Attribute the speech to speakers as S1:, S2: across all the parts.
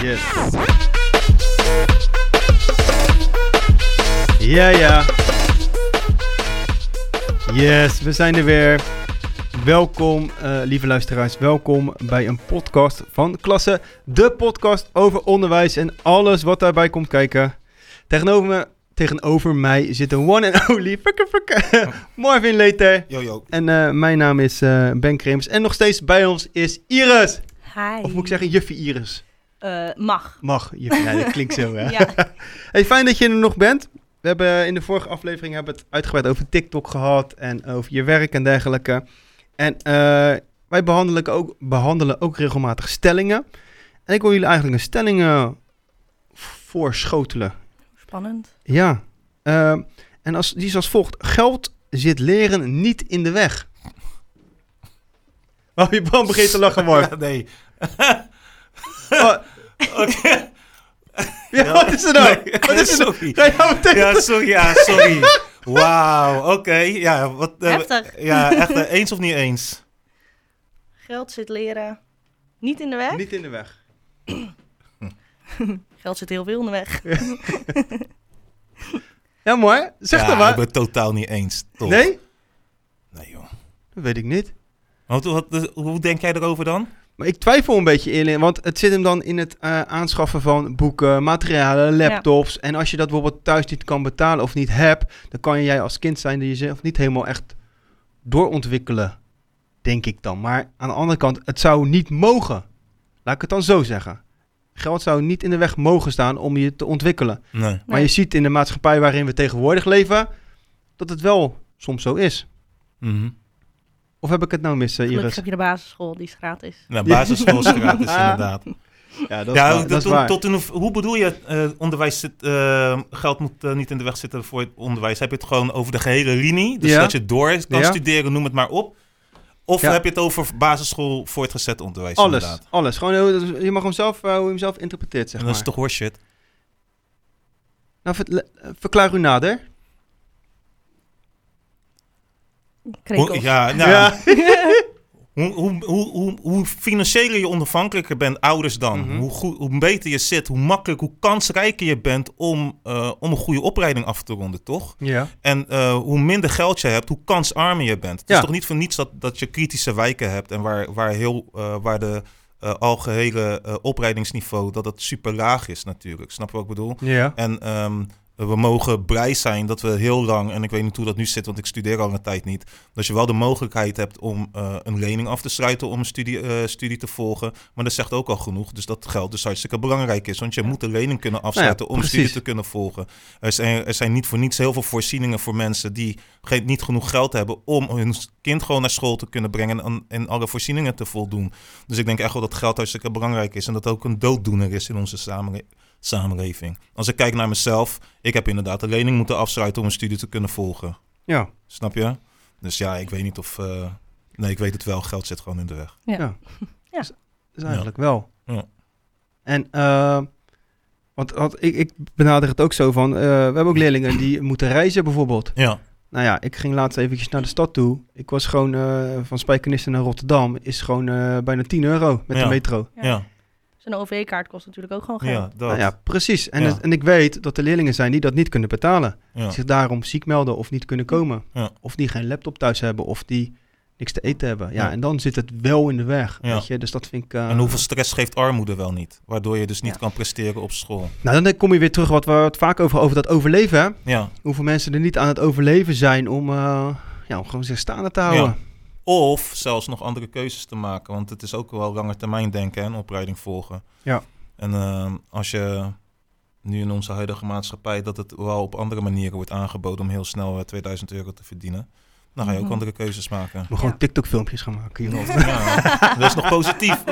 S1: Yes. Ja, ja. Yes, we zijn er weer. Welkom, eh, lieve luisteraars. Welkom bij een podcast van Klasse. De podcast over onderwijs en alles wat daarbij komt kijken. Tegenover, me, tegenover mij zit de one and only fucker, fucker, Marvin Leter.
S2: Yo, yo.
S1: En eh, mijn naam is eh, Ben Krims. En nog steeds bij ons is Iris.
S3: Hi.
S1: Of moet ik zeggen, juffie Iris.
S3: Eh, mag.
S1: Mag, juffie. Ja, dat klinkt zo, hè?
S3: Ja.
S1: Hey, fijn dat je er nog bent. We hebben in de vorige aflevering hebben we het uitgebreid over TikTok gehad en over je werk en dergelijke. En eh, wij behandelen ook, behandelen ook regelmatig stellingen. En ik wil jullie eigenlijk een stelling eh, voorschotelen.
S3: Spannend.
S1: Ja. ehm, en als, die is als volgt. Geld zit leren niet in de weg. Oh, je band begint te lachen, Mark.
S2: Ja, nee.
S1: Oh,
S2: Oké.
S1: ja, wat is er nou? Wat is er nou?
S2: sorry.
S1: Ga je nou meteen-
S2: Ja, sorry. Ja, sorry. Wauw. Oké. Ja, wat... eh,
S3: Heftig.
S2: ja, echt eh, eens of niet eens?
S3: Geld zit leren niet in de weg.
S1: Niet in de weg.
S3: Geld zit heel veel in de weg.
S1: Ja, mooi. Zeg
S2: ja,
S1: dan maar.
S2: ik ben het totaal niet eens. Toch?
S1: Nee?
S2: Nee, joh.
S1: Dat weet ik niet.
S2: Maar wat, wat- dus hoe denk jij erover dan?
S1: Maar ik twijfel een beetje eerlijk, want het zit hem dan in het eh, aanschaffen van boeken, materialen, laptops. En als je dat bijvoorbeeld thuis niet kan betalen of niet hebt, dan kan jij als kind zijn die jezelf niet helemaal echt doorontwikkelen, denk ik dan. Maar aan de andere kant, het zou niet mogen. Laat ik het dan zo zeggen. Geld zou niet in de weg mogen staan om je te ontwikkelen.
S2: Nee.
S3: Nee.
S1: Maar je ziet in de maatschappij waarin we tegenwoordig leven, dat het wel soms zo is.
S2: Mhm.
S1: Of heb ik het nou mis, eh,
S3: Gelukkig
S1: Iris?
S3: heb je de basisschool, die is gratis.
S2: Nou, basisschool is gratis, inderdaad.
S1: Ja, dat,
S2: ja,
S1: waar,
S2: tot-
S1: dat is
S2: tot-
S1: waar.
S2: Tot in, hoe- hoe bedoel je eh, onderwijs zit, eh, geld moet eh, niet in de weg zitten voor het onderwijs? Heb je het gewoon over de gehele linie? Dus
S1: Ja.
S2: dat je door kan
S1: Ja.
S2: studeren, noem het maar op. Of
S1: Ja.
S2: heb je het over basisschool voortgezet onderwijs?
S1: Alles,
S2: Inderdaad.
S1: alles. Gewoon, eh, heel- je mag hem zelf, eh, hoe je hem zelf interpreteert, zeg
S2: en
S1: maar.
S2: dat is toch horseshit?
S1: Nou, ver- le- eh, verklaar u nader.
S3: Krekels.
S2: Hoe- ja, nou,
S1: Ja.
S2: Hoe, hoe, hoe, hoe, hoe financiëler je onafhankelijker bent, ouders dan,
S1: Mhm.
S2: hoe, goed, hoe beter je zit, hoe makkelijk, hoe kansrijker je bent om, eh, om een goede opleiding af te ronden, toch?
S1: Ja.
S2: En eh, hoe minder geld je hebt, hoe kansarmer je bent. Het
S1: Ja.
S2: is toch niet voor niets dat, dat je kritische wijken hebt en waar, waar, heel, eh, waar de eh, algehele eh, opleidingsniveau dat het super laag is natuurlijk. Snap je wat ik bedoel?
S1: Ja.
S2: En ehm, we mogen blij zijn dat we heel lang, en ik weet niet hoe dat nu zit, want ik studeer al een tijd niet, dat je wel de mogelijkheid hebt om eh, een lening af te sluiten om een studie, eh, studie te volgen. Maar dat zegt ook al genoeg, dus dat geld dus hartstikke belangrijk is, want je moet een lening kunnen afsluiten om studie
S1: precies.
S2: te kunnen volgen. Er zijn, er zijn niet voor niets heel veel voorzieningen voor mensen die geen, niet genoeg geld hebben om hun kind gewoon naar school te kunnen brengen en, en alle voorzieningen te voldoen. Dus ik denk echt wel dat geld hartstikke belangrijk is en dat het ook een dooddoener is in onze samenleving samenleving. Als ik kijk naar mezelf, ik heb inderdaad een lening moeten afsluiten om een studie te kunnen volgen.
S1: Ja.
S2: Snap je? Dus ja, ik weet niet of. eh, nee, ik weet het wel. Geld zit gewoon in de weg.
S1: Dat is dus eigenlijk wel.
S2: Ja.
S1: En, eh, want, want ik, ik benader het ook zo van, eh, we hebben ook leerlingen die moeten reizen bijvoorbeeld.
S2: Ja.
S1: Nou ja, ik ging laatst eventjes naar de stad toe. Ik was gewoon eh, van Spijkenisse naar Rotterdam. Is gewoon eh, bijna 10 euro met
S2: Ja.
S1: de metro.
S2: Ja.
S3: Ja.
S2: Ja.
S3: Zijn OV-kaart kost natuurlijk ook gewoon
S2: ja,
S3: geld.
S2: dat.
S1: Nou ja, precies. En,
S2: Ja.
S1: het- en ik weet dat er leerlingen zijn die dat niet kunnen betalen.
S2: ja.
S1: zich daarom ziek melden of niet kunnen komen.
S2: Ja.
S1: Of die geen laptop thuis hebben of die niks te eten hebben. Ja,
S2: Ja.
S1: en dan zit het wel in de weg.
S2: Ja.
S1: Weet je? Dus dat vind ik. eh,
S2: En hoeveel stress geeft armoede wel niet? Waardoor je dus niet
S3: Ja.
S2: kan presteren op school.
S1: Nou, dan kom je weer terug wat we het vaak over, over dat overleven. Hè?
S2: Ja.
S1: Hoeveel mensen er niet aan het overleven zijn om, eh, ja, om gewoon zich staande te houden.
S2: Of zelfs nog andere keuzes te maken. Want het is ook wel langer termijn denken en opleiding volgen.
S1: Ja.
S2: En eh, als je nu in onze huidige maatschappij dat het wel op andere manieren wordt aangeboden om heel snel eh, 2000 euro te verdienen. Dan ga je ook
S3: Mhm.
S2: andere keuzes maken.
S1: Maar gewoon
S3: Ja.
S1: TikTok-filmpjes gaan maken hierover.
S2: Ja, dat is nog positief.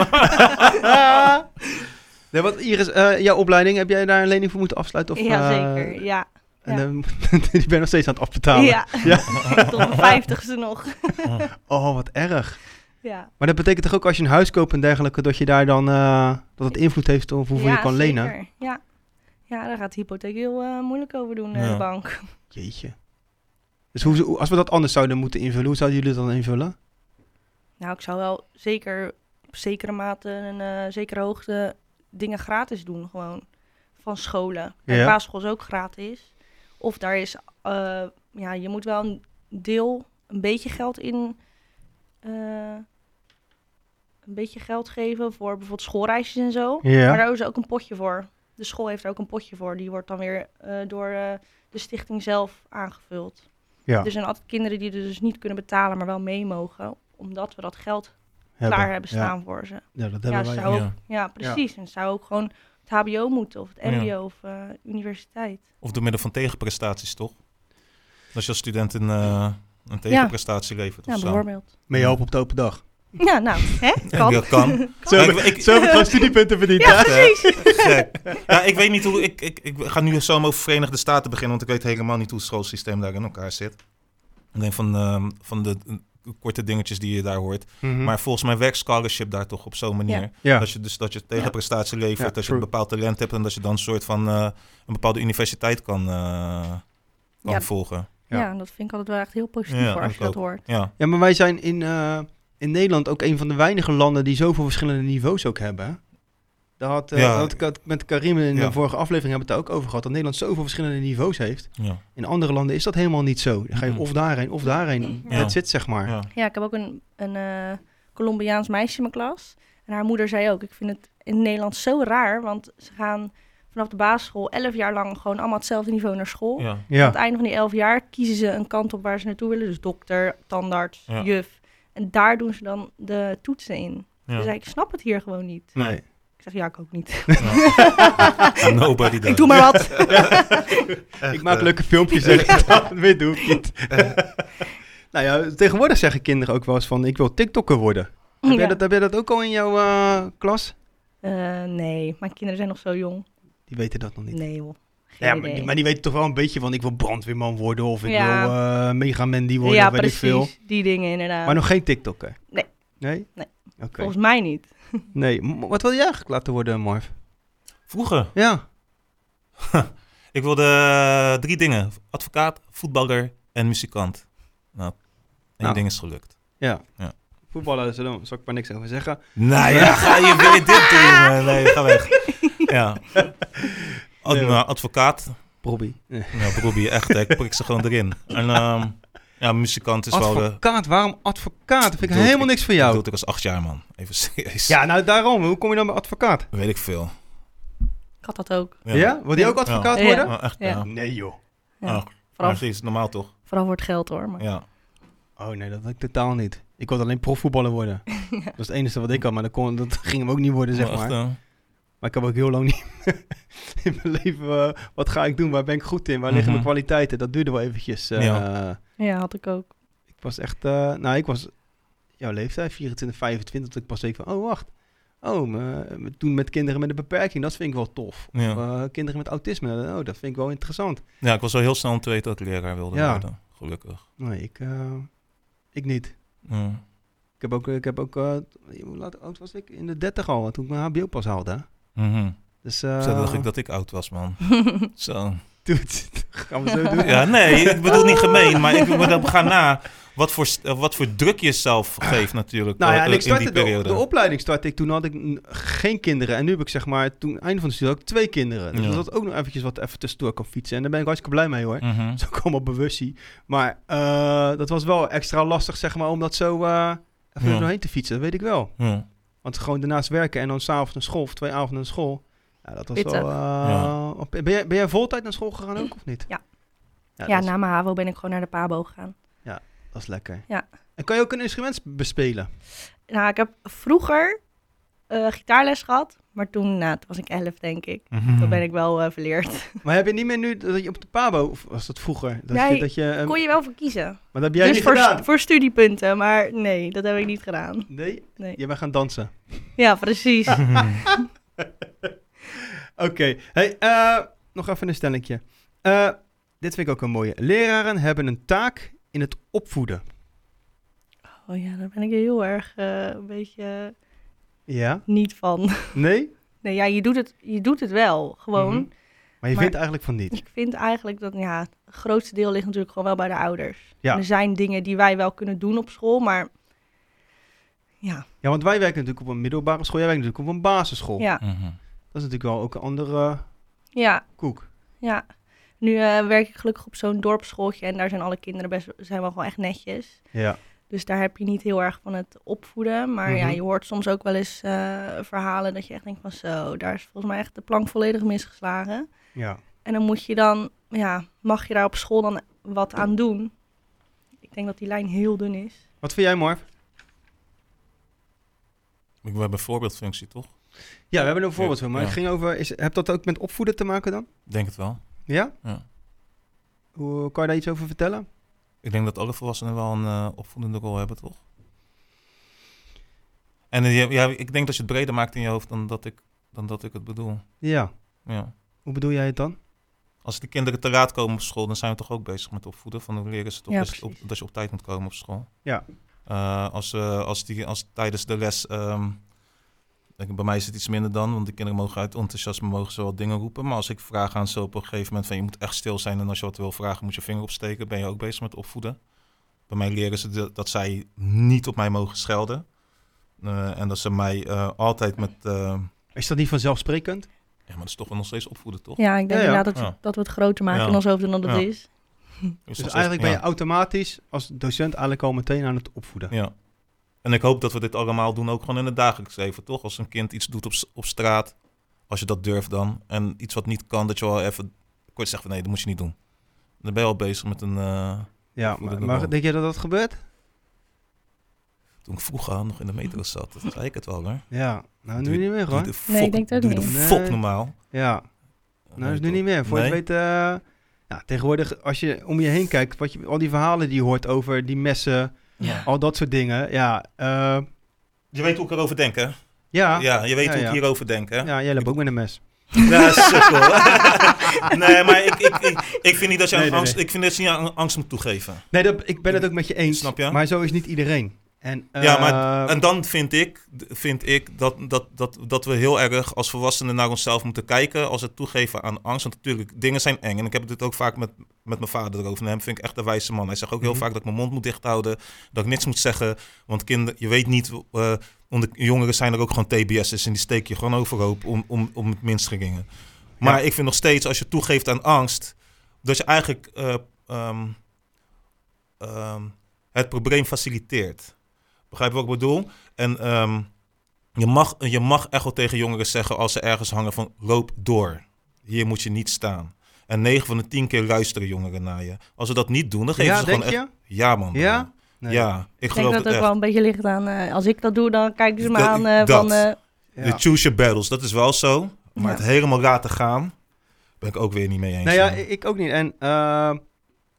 S1: nee, wat Iris, eh, jouw opleiding, heb jij daar een lening voor moeten afsluiten? Of,
S3: ja,
S1: eh,
S3: zeker. Ja.
S1: En, eh, die ben je nog steeds aan het afbetalen.
S3: Ja. Tot mijn vijftigste nog.
S1: Oh, wat erg.
S3: Ja.
S1: Maar dat betekent toch ook als je een huis koopt en dergelijke, dat je daar dan eh, dat het invloed heeft op hoeveel
S3: ja,
S1: je kan lenen.
S3: zeker. Ja. Ja, daar gaat de hypotheek heel eh, moeilijk over doen,
S2: Ja.
S3: eh de bank.
S1: Jeetje. Dus hoe, hoe- als we dat anders zouden moeten invullen, hoe zouden jullie dat dan invullen?
S3: Nou, ik zou wel zeker op zekere mate en eh zekere hoogte dingen gratis doen gewoon. Van scholen. Bij
S1: Ja.
S3: basisschool is ook gratis. Of daar is, eh, ja, je moet wel een deel, een beetje geld in, eh, een beetje geld geven voor bijvoorbeeld schoolreisjes en zo. Maar
S1: Ja.
S3: daar is ook een potje voor. De school heeft er ook een potje voor. Die wordt dan weer eh, door eh, de stichting zelf aangevuld.
S1: Ja.
S3: Er zijn altijd kinderen die er dus niet kunnen betalen, maar wel mee mogen. Omdat we dat geld klaar hebben
S1: Ja.
S3: staan voor ze.
S1: Ja, dat
S3: Ja,
S1: hebben
S3: ze
S1: wij.
S3: zou
S2: ja.
S3: ook, ja, precies. En het zou ook gewoon het HBO moeten, of het
S2: Ja.
S3: MBO of eh, universiteit.
S2: Of door middel van tegenprestaties, toch? Als je als student een, eh, een tegenprestatie levert of
S3: Ja,
S2: zo.
S3: bijvoorbeeld.
S1: Maar je hoopt op de open dag.
S3: Ja, nou, hè?
S2: En
S3: Kan.
S2: dat kan.
S1: Zo heb
S2: Ik-
S1: ik,
S2: ik-
S1: zo heb ik gewoon studiepunten verdiend.
S3: Ja, precies.
S2: Gek. Ja, ik weet niet hoe... Ik, ik, ik ga nu zo over Verenigde Staten beginnen, want ik weet helemaal niet hoe het schoolsysteem daar in elkaar zit. Ik denk van, ehm, van de eh, korte dingetjes die je daar hoort.
S1: Mhm.
S2: Maar volgens mij werkt scholarship daar toch op zo'n manier.
S1: ja.
S2: Dat je dus dat je tegenprestatie levert,
S1: Ja,
S2: dat je
S1: true.
S2: een bepaald talent hebt en dat je dan een soort van eh, een bepaalde universiteit kan, eh, kan
S3: Ja.
S2: volgen.
S1: Ja.
S3: Ja. en dat vind ik altijd wel echt heel positief
S2: Ja,
S3: hoor, als
S2: ik
S3: je dat
S2: ook.
S3: hoort.
S2: Ja,
S1: ja, maar wij zijn in, eh, in Nederland ook een van de weinige landen die zoveel verschillende niveaus ook hebben. hè? Daar had, eh,
S2: Ja.
S1: daar had ik het met Karim in de
S2: Ja.
S1: vorige aflevering hebben we het daar ook over gehad. Dat Nederland zoveel verschillende niveaus heeft.
S2: ja,
S1: In andere landen is dat helemaal niet zo. Dan ga je
S2: Mhm.
S1: of daarheen of daarheen.
S2: Ja.
S1: Dat zit zeg maar.
S2: ja.
S3: Ja, ik heb ook een, een eh, Colombiaans meisje in mijn klas. En haar moeder zei ook, ik vind het in Nederland zo raar, want ze gaan vanaf de basisschool elf jaar lang gewoon allemaal hetzelfde niveau naar school.
S2: ja.
S3: Aan
S1: Ja.
S3: het einde van die elf jaar kiezen ze een kant op waar ze naartoe willen. Dus dokter, tandarts,
S2: Ja.
S3: juf. En daar doen ze dan de toetsen in.
S2: ja.
S3: Dus ik snap het hier gewoon niet.
S1: Nee.
S3: Ik zeg, ja, ik ook niet.
S2: Ja. Nobody does.
S3: ik doe maar wat.
S1: ik maak leuke filmpjes, zeg ik dan. Weet doe ik niet. nou ja, tegenwoordig zeggen kinderen ook wel eens van... ik wil TikToker worden. Heb, jij
S3: Ja.
S1: dat, heb jij dat ook al in jouw eh, klas?
S3: Eh, nee, mijn kinderen zijn nog zo jong.
S1: Die weten dat nog niet.
S3: Nee, joh. Geen
S1: ja, maar,
S3: idee.
S1: die, maar die weten toch wel een beetje van... ik wil brandweerman worden of ik
S3: Ja.
S1: wil eh megamendi worden
S3: ja,
S1: of weet
S3: precies.
S1: ik veel.
S3: Die dingen inderdaad.
S1: Maar nog geen TikToker?
S3: Nee.
S1: Nee?
S3: Nee.
S1: Oké.
S3: Volgens mij niet.
S1: Nee. M- Wat wil jij eigenlijk laten worden, Marv?
S2: Vroeger,
S1: Ja.
S2: ik wilde eh, drie dingen. Advocaat, voetballer en muzikant. Nou, één
S1: Nou.
S2: ding is gelukt.
S1: Ja.
S2: Ja.
S1: Voetballen, zal zal ik maar niks over zeggen.
S2: Nou ja, ga je weer dit doen? jongen? Nee, ga weg. Ja. Ad-
S1: Nee, hoor.
S2: nou, advocaat,
S1: Robbie. Nee.
S2: Ja, Robbie, echt, hè. ik prik ze gewoon erin. En ehm, ja, muzikant is wel... eh,
S1: Advocaat, waarom advocaat? Dat vind ik
S2: Doe ik-
S1: helemaal niks voor jou.
S2: Dat ik als acht jaar, man. Even serieus.
S1: Ja, nou daarom. Hoe kom je dan bij advocaat?
S2: Weet ik veel.
S3: Ik had dat ook.
S1: Ja? Wil die ook advocaat
S3: Ja.
S1: worden?
S2: Oh, echt,
S3: Ja.
S2: ja.
S1: Nee joh.
S3: Ja.
S2: Oh,
S3: Vooral,
S2: maar precies, normaal toch?
S3: vooral voor het geld hoor. Maar.
S2: Ja.
S1: Oh nee, dat had ik totaal niet. Ik wilde alleen profvoetballer worden. Dat is het enige wat ik had, maar dat, kon, dat ging hem ook niet worden, zeg
S2: Maar echt,
S1: maar.
S2: eh,
S1: Maar ik heb ook heel lang niet in mijn leven, eh, wat ga ik doen, waar ben ik goed in, waar liggen
S2: Mhm.
S1: mijn kwaliteiten? Dat duurde wel eventjes. eh,
S3: Ja, had ik ook.
S1: Ik was echt, eh, nou ik was jouw leeftijd, 24, 25, dat ik pas denk van, oh wacht. Oh, me- toen met kinderen met een beperking, dat vind ik wel tof. Of,
S2: ja.
S1: eh, kinderen met autisme, oh, dat vind ik wel interessant.
S2: ja, ik was al heel snel een tweede dat ik leraar wilde
S1: Ja.
S2: worden. Gelukkig.
S1: Nee, ik, eh, ik niet.
S2: Ja.
S1: Ik heb ook, ik heb ook eh, hoe laat oud was ik? In de 30 al, toen ik mijn HBO pas haalde. hè.
S2: Mhm.
S1: Dus, eh,
S2: Zo dacht ik dat ik oud was, man. Zo.
S1: Dude, gaan we zo doen.
S2: Ja, nee, ik bedoel niet gemeen, maar ik bedoel, ga na wat voor, st- eh, wat voor druk je zelf geeft natuurlijk
S1: Nou ja,
S2: eh,
S1: en ik
S2: in die
S1: startte de,
S2: periode.
S1: de opleiding startte ik, toen had ik mm, geen kinderen. En nu heb ik zeg maar, toen einde van de studie had ik twee kinderen. Dus
S2: Ja.
S1: dat ook nog eventjes wat even tussendoor kan fietsen. En daar ben ik hartstikke blij mee hoor.
S2: Mhm.
S1: Dat is ook allemaal bewustzijn. Maar eh, dat was wel extra lastig zeg maar, om dat zo eh even
S2: Ja.
S1: er doorheen te fietsen. Dat weet ik wel.
S2: Ja.
S1: Want gewoon daarnaast werken en dan s'avonds naar school of twee avonden naar school. Ja, dat was
S3: Pittig.
S1: wel... eh,
S2: Ja.
S1: op- ben, jij, ben jij voltijd naar school gegaan ook of niet?
S3: Ja. Ja, nou.
S1: dat, is,
S3: na mijn HAVO ben ik gewoon naar de PABO gegaan.
S1: dat is lekker.
S3: Ja.
S1: En kan je ook een instrument sp- bespelen?
S3: Nou, ik heb vroeger eh, gitaarles gehad, maar toen, nou, toen was ik elf, denk ik.
S1: Mhm. Hmm.
S3: Toen ben ik wel eh, verleerd.
S1: Maar heb je niet meer nu dat je op de Pabo, of was dat vroeger? Dat
S3: Nee,
S1: je, dat je, ehm,
S3: Kon je wel voor kiezen.
S1: Maar dat heb jij
S3: dus
S1: niet
S3: voor,
S1: gedaan.
S3: voor studiepunten, maar nee, dat heb ik niet gedaan.
S1: Nee?
S3: Nee.
S1: Jij bent gaan dansen.
S3: Ja, precies.
S1: Ah. Oké. Hey, eh, nog even een stellingje. Eh, dit vind ik ook een mooie. Leraren hebben een taak in het opvoeden.
S3: Oh ja, daar ben ik heel erg eh, een beetje
S1: Ja?
S3: niet van.
S1: Nee?
S3: Nee, ja, je doet het, je doet het wel, gewoon.
S1: Mhm. Maar je
S3: Maar-
S1: vindt eigenlijk van niet.
S3: Ik vind eigenlijk dat, ja, het grootste deel ligt natuurlijk gewoon wel bij de ouders.
S1: Ja.
S3: En Er zijn dingen die wij wel kunnen doen op school, maar ja,
S1: Ja, want wij werken natuurlijk op een middelbare school. Jij werkt natuurlijk op een basisschool.
S3: ja.
S2: Mhm.
S1: is natuurlijk wel ook een andere eh,
S3: Ja,
S1: koek.
S3: ja. Nu eh, werk ik gelukkig op zo'n dorpsschooltje en daar zijn alle kinderen best zijn wel gewoon echt netjes.
S1: Ja.
S3: Dus daar heb je niet heel erg van het opvoeden. Maar ja,
S1: Mhm.
S3: je hoort soms ook wel eens eh, verhalen dat je echt denkt van zo, daar is volgens mij echt de plank volledig misgeslagen.
S1: Ja.
S3: En dan moet je dan, ja, mag je daar op school dan wat aan doen? Ik denk dat die lijn heel dun is.
S1: Wat vind jij, Marv?
S2: Ik ben een voorbeeldfunctie, toch?
S1: Ja, we hebben er een voorbeeld
S2: Ja,
S1: van, maar
S2: ja.
S1: het ging over... Is, heb dat ook met opvoeden te maken dan?
S2: Ik Denk het wel.
S1: Ja?
S2: Ja.
S1: Hoe, kan je daar iets over vertellen?
S2: Ik denk dat alle volwassenen wel een eh, opvoedende rol hebben, toch? En eh, ja, ja, ik denk dat je het breder maakt in je hoofd dan dat ik, dan dat ik het bedoel.
S1: Ja.
S2: Ja.
S1: Hoe bedoel jij het dan?
S2: Als de kinderen te laat komen op school, dan zijn we toch ook bezig met opvoeden. Van hoe leren ze toch
S3: Ja,
S2: dat, je op,
S3: precies.
S2: dat je op tijd moet komen op school.
S1: Ja.
S2: Eh, als, eh, als, die, als tijdens de les... ehm, ik- bij mij is het iets minder dan, want de kinderen mogen uit enthousiasme mogen ze wel dingen roepen. Maar als ik vraag aan ze op een gegeven moment van je moet echt stil zijn en als je wat wil vragen moet je vinger opsteken, ben je ook bezig met opvoeden. Bij mij leren ze de- dat zij niet op mij mogen schelden. Eh, en dat ze mij eh, altijd met... eh,
S1: Is dat niet vanzelfsprekend? Dus
S2: ja, maar dat is toch wel nog steeds opvoeden, toch?
S3: Ja, ik denk
S1: Ja, ja.
S3: inderdaad dat,
S2: Ja.
S3: dat we het groter maken
S2: Ja.
S3: in ons hoofd dan dat het
S2: Ja.
S3: is.
S1: Dus
S2: Dus
S1: eigenlijk ben
S2: bij
S1: je automatisch als docent eigenlijk al meteen aan het opvoeden.
S2: Ja. En ik hoop dat we dit allemaal doen, ook gewoon in het dagelijks leven, toch? Als een kind iets doet op, s- op straat, als je dat durft dan. En iets wat niet kan, dat je wel even kort zegt van nee, dat moet je niet doen. Dan ben je al bezig met een... eh,
S1: Ja,
S2: Opvoeden
S1: maar,
S2: dan
S1: maar
S2: wel.
S1: denk je dat dat gebeurt?
S2: toen ik vroeger nog in de metro zat, dat zei ik het al hoor.
S1: Hm. Ja. Nou, nu
S2: Doe-
S1: niet meer
S2: Doe
S1: hoor.
S2: de
S3: Nee, ik
S2: fok-
S3: denk het ook
S2: doe de
S1: niet.
S2: fok
S1: Nee.
S2: normaal.
S1: Ja. Nou, dat is nu
S2: toch?
S1: niet meer. Voor je het
S2: Nee?
S1: weet, eh, ja, tegenwoordig als je om je heen kijkt, wat je, al die verhalen die je hoort over die messen,
S2: Ja.
S1: al dat soort dingen. Ja, eh,
S2: Je weet hoe ik erover denk, hè?
S1: ja,
S2: Ja,
S1: ja.
S2: je weet
S1: Ja,
S2: hoe ik
S1: ja.
S2: hierover denk, hè?
S1: jij loopt ook met een mes.
S2: Ja, sukkel. nee, maar ik, ik, ik, ik vind niet dat je aan
S1: Nee, nee,
S2: angst,
S1: nee.
S2: ik vind dat je niet aan angst moet toegeven.
S1: Nee, dat, ik ben het ook met je eens.
S2: Snap je?
S1: Maar zo is niet iedereen. En,
S2: Ja, maar-
S1: eh,
S2: En dan vind ik, vind ik dat, dat, dat, dat we heel erg als volwassenen naar onszelf moeten kijken. Als het toegeven aan angst. Want natuurlijk, dingen zijn eng. En ik heb dit ook vaak met, met mijn vader erover. En hem vind ik echt een wijze man. Hij zegt ook heel
S1: Mhm.
S2: vaak dat ik mijn mond moet dicht houden. Dat ik niks moet zeggen. Want kinderen, je weet niet. eh, onder jongeren zijn er ook gewoon TBS'ers. En die steek je gewoon overhoop om, om, om het minst geringen. Maar ik vind nog steeds, als je toegeeft aan angst. dat je eigenlijk eh, ehm, ehm, het probleem faciliteert. Begrijp je wat ik bedoel? En ehm, je, mag, je mag echt wel tegen jongeren zeggen als ze ergens hangen van loop door. Hier moet je niet staan. En 9 van de 10 keer luisteren jongeren naar je. Als ze dat niet doen, dan geven
S1: ja,
S2: ze
S1: denk
S2: gewoon
S1: je?
S2: echt... Ja man.
S1: Ja? Nee.
S2: Ja, ik,
S3: Ik denk
S2: geloof
S3: dat het
S2: dat
S3: ook
S2: echt.
S3: wel een beetje ligt aan, eh, als ik dat doe, dan kijken ze me
S2: Dat-
S3: aan eh,
S2: dat.
S3: van, eh,
S1: Ja.
S2: De choose your battles, dat is wel zo. Maar
S3: Ja.
S2: het helemaal laten gaan, ben ik ook weer niet mee eens.
S1: Nou ja,
S2: man.
S1: ik ik ook niet. En eh,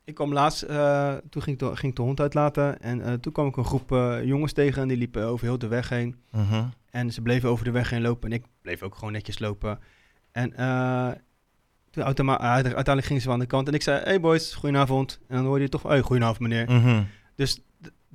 S1: ik kwam laatst, eh, toen ging ik, de, ging ik de hond uitlaten. En eh, toen kwam ik een groep eh, jongens tegen en die liepen over heel de weg heen.
S2: Mhm.
S1: En ze bleven over de weg heen lopen en ik bleef ook gewoon netjes lopen. En eh, toen automa- eh, uite- uiteindelijk gingen ze wel aan de kant en ik zei, hey boys, goedenavond. En dan hoorde je toch, hey, goedenavond meneer.
S2: Mhm.
S1: Dus d-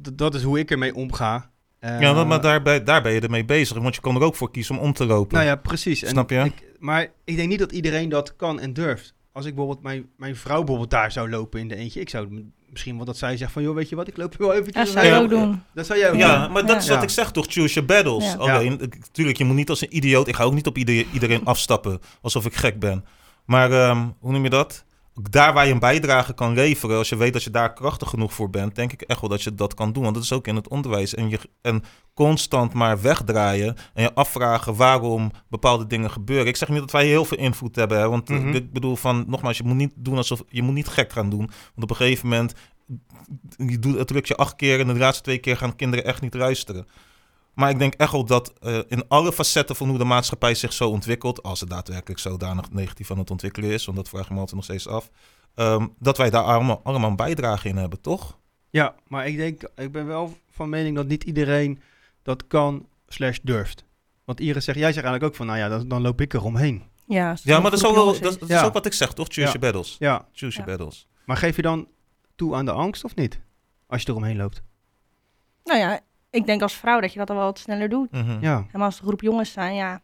S1: d- dat is hoe ik ermee omga. Eh,
S2: ja, maar- maar daar, ben- daar ben je ermee bezig. Want je kan er ook voor kiezen om om te lopen.
S1: Nou ja, precies. En
S2: Snap je?
S1: Ik, maar ik denk niet dat iedereen dat kan en durft. Als ik bijvoorbeeld mijn, mijn vrouw bijvoorbeeld daar zou lopen in de eentje, ik zou m- misschien wel dat zij zegt van, joh, weet je wat, ik loop wel
S3: dat
S1: eventjes.
S3: zou je
S2: Ja.
S3: ook doen.
S1: Dat zou jij ook
S2: Ja,
S1: doen.
S2: maar dat
S3: Ja.
S2: is wat
S1: Ja.
S2: ik zeg toch, choose your battles.
S3: Ja.
S2: Alleen, natuurlijk, je moet niet als een idioot... Ik ga ook niet op ieder- iedereen afstappen, alsof ik gek ben. Maar ehm, hoe noem je dat? Daar waar je een bijdrage kan leveren, als je weet dat je daar krachtig genoeg voor bent, denk ik echt wel dat je dat kan doen. Want dat is ook in het onderwijs. En, je, en constant maar wegdraaien en je afvragen waarom bepaalde dingen gebeuren. Ik zeg niet dat wij heel veel invloed hebben, hè, want eh,
S1: Mhm.
S2: ik bedoel van, nogmaals, je moet niet doen alsof je moet niet gek gaan doen. Want op een gegeven moment mm, je doet, het lukt je acht keer en de laatste twee keer gaan kinderen echt niet luisteren. Maar ik denk echt wel dat eh, in alle facetten van hoe de maatschappij zich zo ontwikkelt, als het daadwerkelijk zodanig negatief aan het ontwikkelen is, want dat vraag ik me altijd nog steeds af, ehm, dat wij daar allemaal, allemaal een bijdrage in hebben, toch?
S1: Ja, maar ik denk, ik ben wel van mening dat niet iedereen dat kan slash durft. Want Iris zegt, jij zegt eigenlijk ook van, nou ja, dan, dan loop ik er omheen.
S3: Ja, als het
S2: Ja,
S3: een
S2: maar dat is, ook,
S3: groep
S2: wel-
S3: jongens
S2: dat, dat
S3: is.
S1: Ja.
S2: is ook wat ik zeg, toch? Choose
S1: Ja.
S2: your battles.
S1: Ja,
S2: Choose your
S3: Ja.
S2: battles.
S1: maar geef je dan toe aan de angst of niet? Als je er omheen loopt.
S3: Nou ja, ik denk als vrouw dat je dat al wel wat sneller doet.
S2: Mhm.
S1: Ja,
S3: En maar als het een groep jongens zijn, ja,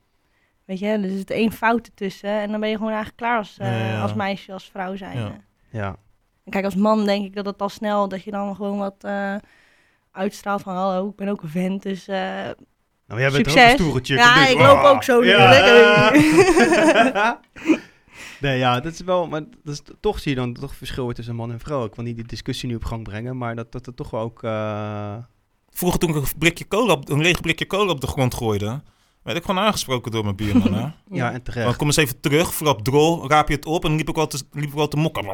S3: weet je, er zit één fout ertussen. En dan ben je gewoon eigenlijk klaar als, eh,
S2: Ja, ja.
S3: als meisje, als vrouw zijn. eh.
S2: Ja.
S1: ja.
S3: En kijk, als man denk ik dat het al snel, dat je dan gewoon wat eh, uitstraalt van, hallo, ik ben ook een vent, dus eh,
S1: Nou, jij bent
S3: Succes.
S1: ook een stoere chick.
S3: Ja,
S1: of niet?
S3: ik loop
S1: Ah,
S3: ook zo
S1: ja.
S3: natuurlijk.
S1: nee, ja, dat is wel... Maar dat is, toch zie je dan toch verschil weer tussen man en vrouw. Ik wil niet die discussie nu op gang brengen, maar dat dat er toch wel ook... eh,
S2: Vroeger toen ik een, blikje cola op, een leeg blikje cola op de grond gooide, werd ik gewoon aangesproken door mijn buurman. Hè?
S1: ja, en
S2: Maar
S1: terecht.
S2: kom eens even terug, flap drol, raap je het op en dan liep ik wel te, liep ik wel te mokken.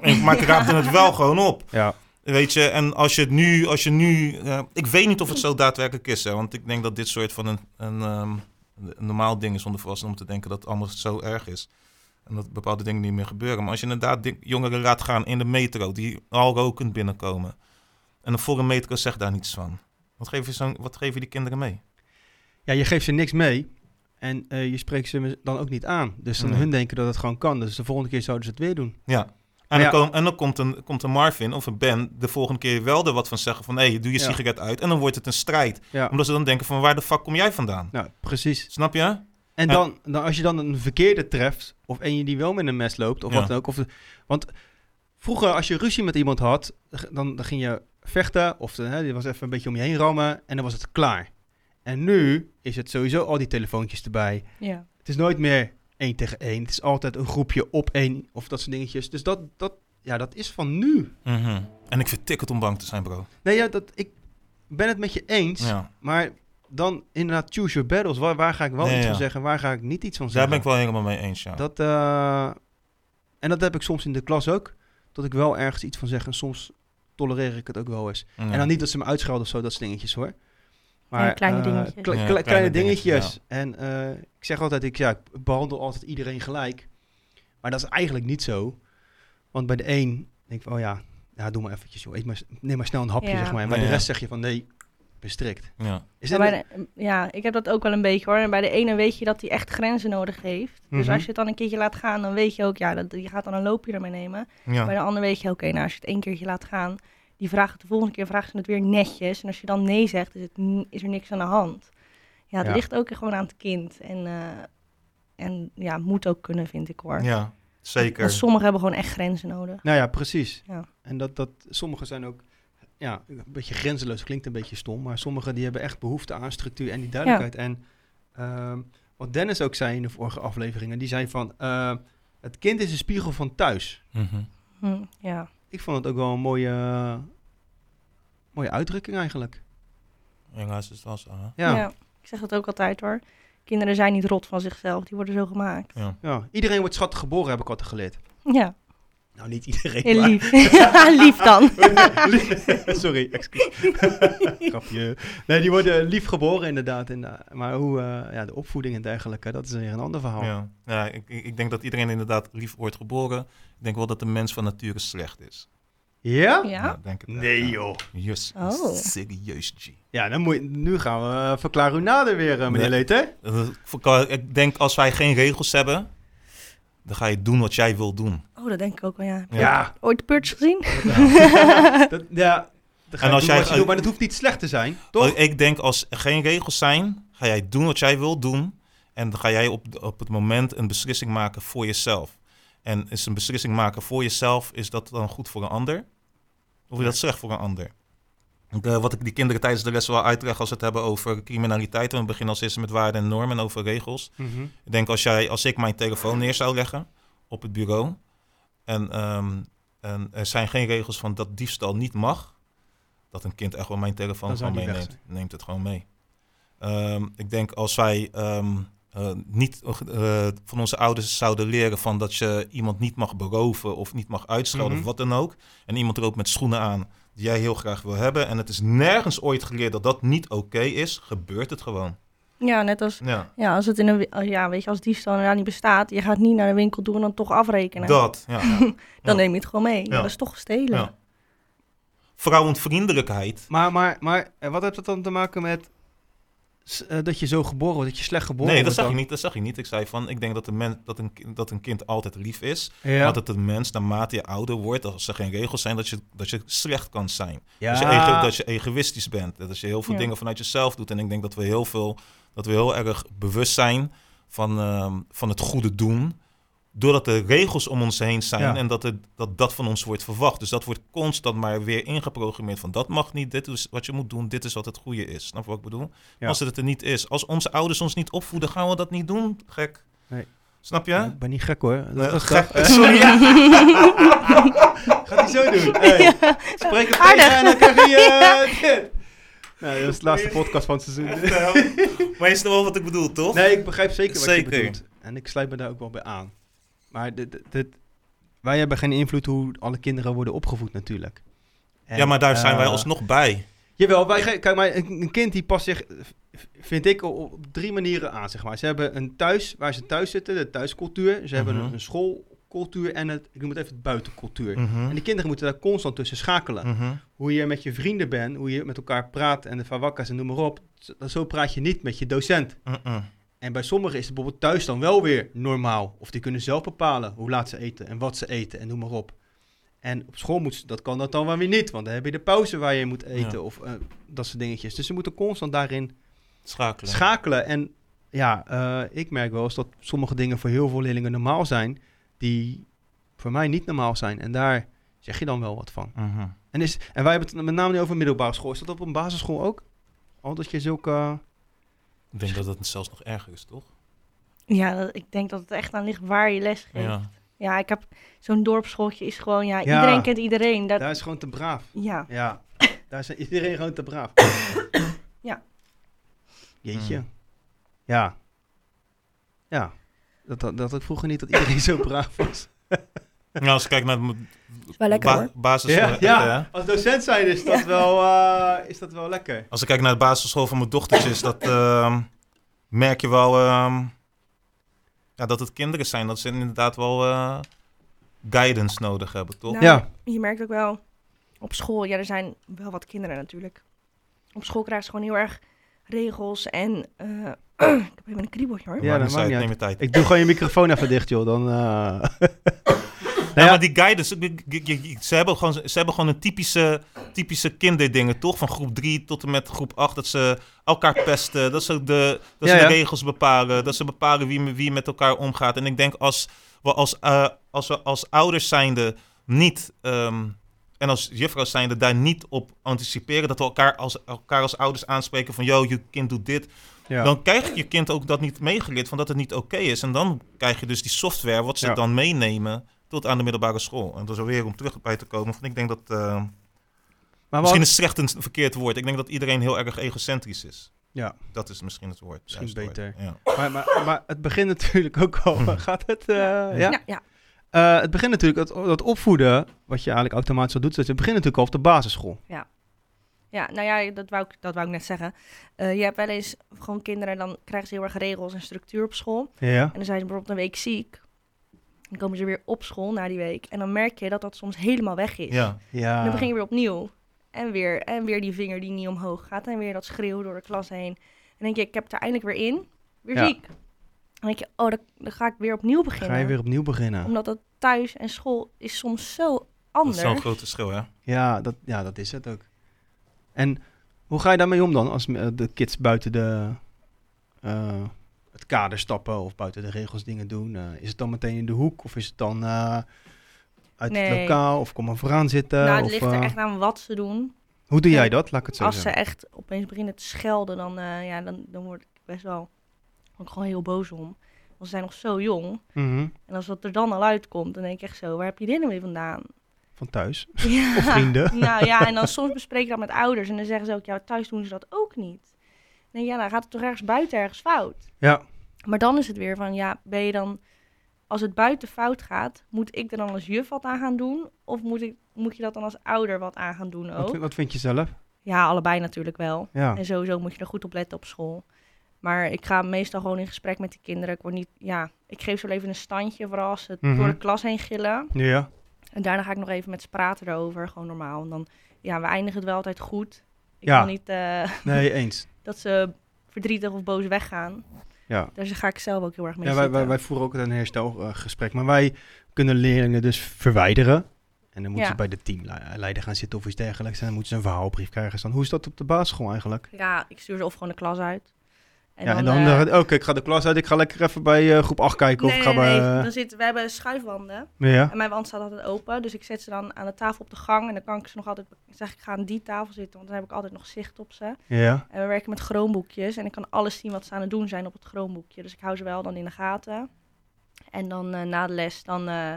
S2: En- Maar ik raapte het wel gewoon op.
S1: Ja.
S2: Weet je, en als je het nu, als je nu, eh, ik weet niet of het zo daadwerkelijk is, hè, want ik denk dat dit soort van een, een, ehm, een normaal ding is onder volwassenen om te denken dat het anders zo erg is. En dat bepaalde dingen niet meer gebeuren. Maar als je inderdaad di- jongeren laat gaan in de metro, die al rokend binnenkomen, en de volle metro zegt daar niets van. Wat geef je, zo'n- wat geef je die kinderen mee?
S1: ja, je geeft ze niks mee en eh, je spreekt ze dan ook niet aan. Dus dan
S2: Nee.
S1: hun denken dat het gewoon kan. Dus de volgende keer zouden ze het weer doen.
S2: En,
S1: Nou Ja.
S2: dan, kom- en dan komt, een, komt een Marvin of een Ben de volgende keer wel er wat van zeggen van... hé, hey, doe je
S1: Ja.
S2: sigaret uit. En dan wordt het een strijd.
S1: Ja.
S2: Omdat ze dan denken van waar de fuck kom jij vandaan?
S1: Nou, precies.
S2: Snap je?
S1: En
S2: Ja.
S1: dan, dan als je dan een verkeerde treft, of een die wel met een mes loopt, of
S2: Ja.
S1: wat dan ook. Of, de- want vroeger, als je ruzie met iemand had, dan, dan ging je vechten, of eh, je was even een beetje om je heen rammen, en dan was het klaar. En nu is het sowieso al die telefoontjes erbij.
S3: ja.
S1: Het is nooit meer één tegen één. Het is altijd een groepje op één, of dat soort dingetjes. Dus dat, dat, ja, dat is van nu.
S2: Mhm. En ik vertik het om bang te zijn, bro.
S1: Nee, ja, dat, ik ben het met je eens,
S2: Ja.
S1: maar dan inderdaad choose your battles. Waar, waar ga ik wel
S2: Nee,
S1: iets
S2: ja.
S1: van zeggen, waar ga ik niet iets van
S2: Daar
S1: zeggen?
S2: ben ik wel helemaal mee eens, ja.
S1: Dat, eh, en dat heb ik soms in de klas ook. Dat ik wel ergens iets van zeg en soms tolereer ik het ook wel eens.
S2: Ja.
S1: En dan niet dat ze me uitschelden of zo, dat soort dingetjes hoor.
S3: Ja, kleine
S1: eh,
S3: dingetjes.
S1: kle-
S3: Ja,
S1: kle- kleine,
S2: kleine dingetjes,
S1: dingetjes. En eh, ik zeg altijd, ik, ja, ik behandel altijd iedereen gelijk. Maar dat is eigenlijk niet zo. Want bij de een denk ik, van, oh ja, ja doe maar eventjes joh. Eet maar, s- neem maar snel een hapje
S3: Ja.
S1: zeg maar. En bij
S2: Ja.
S1: de rest zeg je van nee, bestrikt.
S2: Ja.
S1: Is
S3: Ja,
S1: dit-
S3: bij de- mm, ja, ik heb dat ook wel een beetje hoor. En bij de ene weet je dat hij echt grenzen nodig heeft. Dus
S1: Mhm.
S3: als je het dan een keertje laat gaan, dan weet je ook, ja, dat, je gaat dan een loopje ermee nemen. Bij
S2: Ja.
S3: de ander weet je, oké, nou als je het één keertje laat gaan, die vragen de volgende keer vragen ze het weer netjes. En als je dan nee zegt, is, het, n- is er niks aan de hand. Ja, het
S1: Ja.
S3: ligt ook gewoon aan het kind. En, eh, en ja, moet ook kunnen, vind ik hoor.
S2: Ja,
S3: Want
S2: zeker.
S3: sommigen hebben gewoon echt grenzen nodig.
S1: Nou ja, precies.
S3: Ja.
S1: En dat, dat sommigen zijn ook ja, een beetje grenzeloos, klinkt een beetje stom, maar sommigen die hebben echt behoefte aan structuur en die duidelijkheid. En ehm, wat Dennis ook zei in de vorige afleveringen, die zei van eh, het kind is een spiegel van thuis.
S2: Mhm.
S3: Hm, ja.
S1: Ik vond het ook wel een mooie, eh, mooie uitdrukking eigenlijk.
S2: Helaas is het wel zo, hè?
S1: Ja, ja.
S3: Ja, Ik zeg dat ook altijd hoor. Kinderen zijn niet rot van zichzelf, die worden zo gemaakt.
S2: Ja.
S1: iedereen wordt schattig geboren, heb ik altijd geleerd.
S3: Ja.
S1: Nou, niet iedereen.
S3: Heel
S1: maar-
S3: lief. lief dan.
S1: Sorry, excuus. Grapje. Nee, die worden lief geboren inderdaad. En, eh, maar hoe, eh, ja, de opvoeding en dergelijke, dat is weer een ander verhaal.
S2: Ja, ja ik, ik ik denk dat iedereen inderdaad lief wordt geboren. Ik denk wel dat de mens van nature slecht is.
S1: Ja?
S3: Ja?
S2: ik denk het wel,
S1: Nee
S2: ja.
S1: joh.
S2: Yes,
S3: Oh.
S2: serieus, G.
S1: Ja, dan moet je- nu gaan we eh, verklaren u nader weer, eh, meneer
S2: Nee.
S1: Leter.
S2: Eh, ik- Ik denk als wij geen regels hebben, dan ga je doen wat jij wil doen.
S3: Oh, dat denk ik ook wel, ja.
S2: Ja.
S3: Ooit de Purge gezien?
S1: dat, ja. Dan ga
S2: En
S1: je
S2: als
S1: doen
S2: jij- Oh,
S1: wat je doet, maar dat hoeft niet slecht te zijn, toch?
S2: Ik- Ik denk als er geen regels zijn, ga jij doen wat jij wil doen. En dan ga jij op, op het moment een beslissing maken voor jezelf. En is een beslissing maken voor jezelf, is dat dan goed voor een ander? Of is dat slecht voor een ander? Ik, eh, wat ik die kinderen tijdens de les wel uitleg als we het hebben over criminaliteit. We beginnen als eerste met waarden en normen en over regels.
S1: Mhm.
S2: Ik denk als, jij, als ik mijn telefoon neer zou leggen op het bureau. En, ehm, en er zijn geen regels van dat diefstal niet mag. Dat een kind echt wel mijn telefoon
S1: Dan zou
S2: gewoon
S1: die weg
S2: meeneemt. Neemt het gewoon mee. Ehm, ik denk als wij ehm, eh, niet eh, van onze ouders zouden leren van dat je iemand niet mag beroven of niet mag uitschelden
S1: Mhm.
S2: of wat dan ook. En iemand loopt met schoenen aan die jij heel graag wil hebben. En het is nergens ooit geleerd dat dat niet oké is. Gebeurt het gewoon.
S3: Ja, net als...
S2: Ja.
S3: Ja, als het in een... wi- oh, Ja, weet je, als diefstal inderdaad niet bestaat, je gaat niet naar de winkel doen en dan toch afrekenen.
S2: Dat, ja.
S3: dan
S2: ja.
S3: neem je het gewoon mee. Ja,
S2: Ja.
S3: Dat is toch stelen.
S2: Ja. Vrouwenvriendelijkheid.
S1: Maar, maar, maar eh, wat heeft dat dan te maken met s- eh, dat je zo geboren wordt, dat je slecht geboren
S2: Nee, dat
S1: wordt?
S2: zag, ik niet, dat zag ik niet. Ik zei van, ik denk dat, de men, dat, een, ki- dat een kind altijd lief is.
S1: niet. Ja,
S2: Maar dat een mens, naarmate je ouder wordt, als er geen regels zijn, dat je, dat je slecht kan zijn.
S1: ja.
S2: Dat, je ego- dat je egoïstisch bent. Dat je heel veel
S3: Ja.
S2: dingen vanuit jezelf doet. En ik denk dat we heel veel, dat we heel erg bewust zijn van, ehm, van het goede doen. doordat er regels om ons heen zijn
S1: Ja.
S2: en dat, het, dat dat van ons wordt verwacht. Dus dat wordt constant maar weer ingeprogrammeerd van dat mag niet, dit is wat je moet doen, dit is wat het goede is. Snap je wat ik bedoel?
S1: Ja.
S2: Als het het er niet is. Als onze ouders ons niet opvoeden, gaan we dat niet doen, gek.
S1: Nee.
S2: Snap je?
S1: Ik ben niet gek hoor.
S2: Eh,
S1: Rustig.
S2: gek.
S1: Eh,
S2: Sorry.
S1: Gaat hij zo doen? Hey. Spreek het
S3: Aardig.
S1: tegen en dan krijg je... eh, dit. Nou, dat is de laatste podcast van het seizoen.
S2: maar je snapt wel wat ik bedoel, toch?
S1: Nee, ik begrijp zeker wat
S2: Zeker.
S1: je bedoelt. En ik sluit me daar ook wel bij aan. Maar dit, dit- dit- wij hebben geen invloed hoe alle kinderen worden opgevoed natuurlijk. En,
S2: ja, maar daar zijn wij
S1: eh,
S2: alsnog bij.
S1: Jawel, wij, ge- kijk maar, een, een kind die past zich, v- vind ik, op- op drie manieren aan, zeg maar. Ze hebben een thuis, waar ze thuis zitten, de thuiscultuur. Ze hebben
S2: Mhm.
S1: een, een schoolcultuur en het, ik noem het even, het buitencultuur.
S2: Mhm.
S1: En die kinderen moeten daar constant tussen schakelen.
S2: Mhm.
S1: Hoe je met je vrienden bent, hoe je met elkaar praat en de fawakkas en noem maar op. Zo, zo praat je niet met je docent.
S2: Mhm.
S1: En bij sommigen is het bijvoorbeeld thuis dan wel weer normaal. Of die kunnen zelf bepalen hoe laat ze eten en wat ze eten en noem maar op. En op school moet ze, dat kan dat dan wel weer niet. Want dan heb je de pauze waar je moet eten
S2: Ja.
S1: of eh, dat soort dingetjes. Dus ze moeten constant daarin
S2: Schakelen.
S1: schakelen. En ja, eh, ik merk wel eens dat sommige dingen voor heel veel leerlingen normaal zijn. Die voor mij niet normaal zijn. En daar zeg je dan wel wat van.
S2: Mhm.
S1: En, is, en wij hebben het met name niet over middelbare school. Is dat op een basisschool ook? Al dat je zulke...
S2: Ik denk dat het zelfs nog erger is, toch?
S3: Ja, dat- ik denk dat het echt aan ligt waar je les geeft. Ja,
S2: Ja.
S3: ik heb zo'n dorpsschooltje is gewoon, ja,
S1: Ja.
S3: iedereen kent iedereen. Dat,
S1: Daar is gewoon te braaf.
S3: ja.
S1: Ja, daar is iedereen gewoon te braaf.
S3: Ja.
S1: Jeetje.
S2: Hmm.
S1: Ja. Ja. Dat, dat, dat ik vroeger niet dat iedereen zo braaf was.
S2: Nou, als ik kijk naar de
S4: Is wel lekker
S2: ba-
S4: hoor.
S2: basis...
S1: Ja,
S2: eh, eh,
S1: ja. als docent zijn is dat, wel, eh, is dat wel lekker.
S2: Als ik kijk naar de basisschool van mijn dochtertje, is dat ehm, merk je wel ehm, ja, dat het kinderen zijn. Dat ze inderdaad wel eh, guidance nodig hebben, toch?
S3: Nou,
S1: Ja.
S3: Je merkt ook wel op school, ja, er zijn wel wat kinderen natuurlijk. Op school krijgen ze gewoon heel erg regels en... eh, ik heb even een kriebeltje hoor.
S1: Ja, dat
S2: Maakt
S1: maakt
S2: niet
S1: niet
S2: uit, neem je tijd.
S1: Ik doe gewoon je microfoon even dicht, joh. Dan, eh,
S2: Nou Ja,
S1: ja.
S2: maar die guidance, ik- ik- ik- ik- ze hebben gewoon, ze hebben gewoon een typische, typische kinderdingen, toch? Van groep 3 tot en met groep 8, dat ze elkaar pesten, dat ze de, dat
S1: Ja,
S2: ze
S1: ja.
S2: de regels bepalen, dat ze bepalen wie, wie met elkaar omgaat. En ik denk als we als, eh, als, we als ouders zijnde niet, ehm, en als juffrouw zijnde daar niet op anticiperen, dat we elkaar als, elkaar als ouders aanspreken van, yo, je kind doet dit,
S1: ja.
S2: dan krijg je kind ook dat niet meegeleerd van dat het niet oké is. En dan krijg je dus die software, wat ze
S1: Ja.
S2: dan meenemen tot aan de middelbare school. En dat is weer om terug bij te komen. Van, ik denk dat, eh,
S1: Nou, maar wat,
S2: misschien is slecht een verkeerd woord. Ik denk dat iedereen heel erg egocentrisch is.
S1: Ja.
S2: Dat is misschien het woord.
S1: Misschien
S2: juiste
S1: beter.
S2: woord. Ja.
S1: maar, maar, maar het begint natuurlijk ook al.
S2: Hmm.
S1: Gaat het? eh, ja?
S3: Ja, ja.
S1: Eh, het begint natuurlijk, dat, dat opvoeden, wat je eigenlijk automatisch al doet, dat het begint natuurlijk al op de basisschool.
S3: Ja, nou ja, dat wou ik, dat wou ik net zeggen. Eh, je hebt wel eens gewoon kinderen, dan krijgen ze heel erg regels en structuur op school.
S1: Ja.
S3: En dan zijn ze bijvoorbeeld een week ziek. Dan komen ze weer op school na die week. En dan merk je dat dat soms helemaal weg is.
S2: Ja.
S1: ja.
S3: En dan begin je weer opnieuw. En weer, en weer die vinger die niet omhoog gaat. En weer dat schreeuw door de klas heen. En dan denk je, ik heb het er eindelijk weer in. Weer
S1: Ja.
S3: ziek. Dan denk je, oh, dan, dan ga ik weer opnieuw beginnen.
S1: Ga je weer opnieuw beginnen.
S3: Omdat dat thuis en school is soms zo
S2: Dat is
S3: anders.
S2: zo'n groot verschil, hè?
S1: Ja dat, ja, dat is het ook. En hoe ga je daarmee om dan als eh, de kids buiten de, eh, het kader stappen of buiten de regels dingen doen? Eh, is het dan meteen in de hoek of is het dan eh, uit het
S3: Nee.
S1: lokaal of kom maar vooraan zitten?
S3: nou, het
S1: of,
S3: ligt er
S1: eh,
S3: echt aan wat ze doen.
S1: Hoe doe jij dat? Laat ik het zo
S3: Als ze
S1: zeggen.
S3: echt opeens beginnen te schelden, dan, eh, ja, dan, dan word ik best wel word ik gewoon heel boos om. Want ze zijn nog zo jong.
S1: Mhm.
S3: En als dat er dan al uitkomt, dan denk ik echt zo, waar heb je dit nou weer vandaan?
S1: Van thuis.
S3: Ja.
S1: Of vrienden.
S3: Nou ja, en dan soms bespreek je dat met ouders. En dan zeggen ze ook, ja, thuis doen ze dat ook niet. Dan denk ik, ja, dan gaat het toch ergens buiten ergens fout.
S1: Ja.
S3: Maar dan is het weer van, ja, ben je dan... Als het buiten fout gaat, moet ik er dan als juf wat aan gaan doen? Of moet, ik, moet je dat dan als ouder wat aan gaan doen
S1: Wat,
S3: ook?
S1: wat vind je zelf?
S3: Ja, allebei natuurlijk wel.
S1: Ja.
S3: En sowieso moet je er goed op letten op school. Maar ik ga meestal gewoon in gesprek met de kinderen. Ik, word niet, ja, ik geef ze wel even een standje, vooral als ze het
S1: Mhm.
S3: door de klas heen gillen.
S1: Ja.
S3: En daarna ga ik nog even met ze praten erover, gewoon normaal. En dan, ja, we eindigen het wel altijd goed. Ik
S1: Ja.
S3: wil niet eh,
S1: Nee, eens.
S3: dat ze verdrietig of boos weggaan.
S1: Ja.
S3: Dus daar ga ik zelf ook heel erg mee
S1: Ja, wij, wij,
S3: zitten.
S1: wij voeren ook een herstelgesprek. Maar wij kunnen leerlingen dus verwijderen. En dan moeten
S3: Ja.
S1: ze bij de teamleider gaan zitten of iets dergelijks. En dan moeten ze een verhaalbrief krijgen. Dan, hoe is dat op de basisschool eigenlijk?
S3: Ja, ik stuur ze of gewoon de klas uit.
S1: En ja, dan, en dan,
S3: eh,
S1: eh, oké, ik ga de klas uit. Ik ga lekker even bij eh, groep 8 kijken. of
S3: nee,
S1: ik ga
S3: nee, nee.
S1: bij... eh,
S3: Dan zit, we hebben schuifwanden.
S1: ja.
S3: En mijn wand staat altijd open. Dus ik zet ze dan aan de tafel op de gang. En dan kan ik ze nog altijd... Ik zeg, ik ga aan die tafel zitten. Want dan heb ik altijd nog zicht op ze.
S1: Ja.
S3: En we werken met groenboekjes. En ik kan alles zien wat ze aan het doen zijn op het groenboekje. Dus ik hou ze wel dan in de gaten. En dan eh, na de les, dan eh,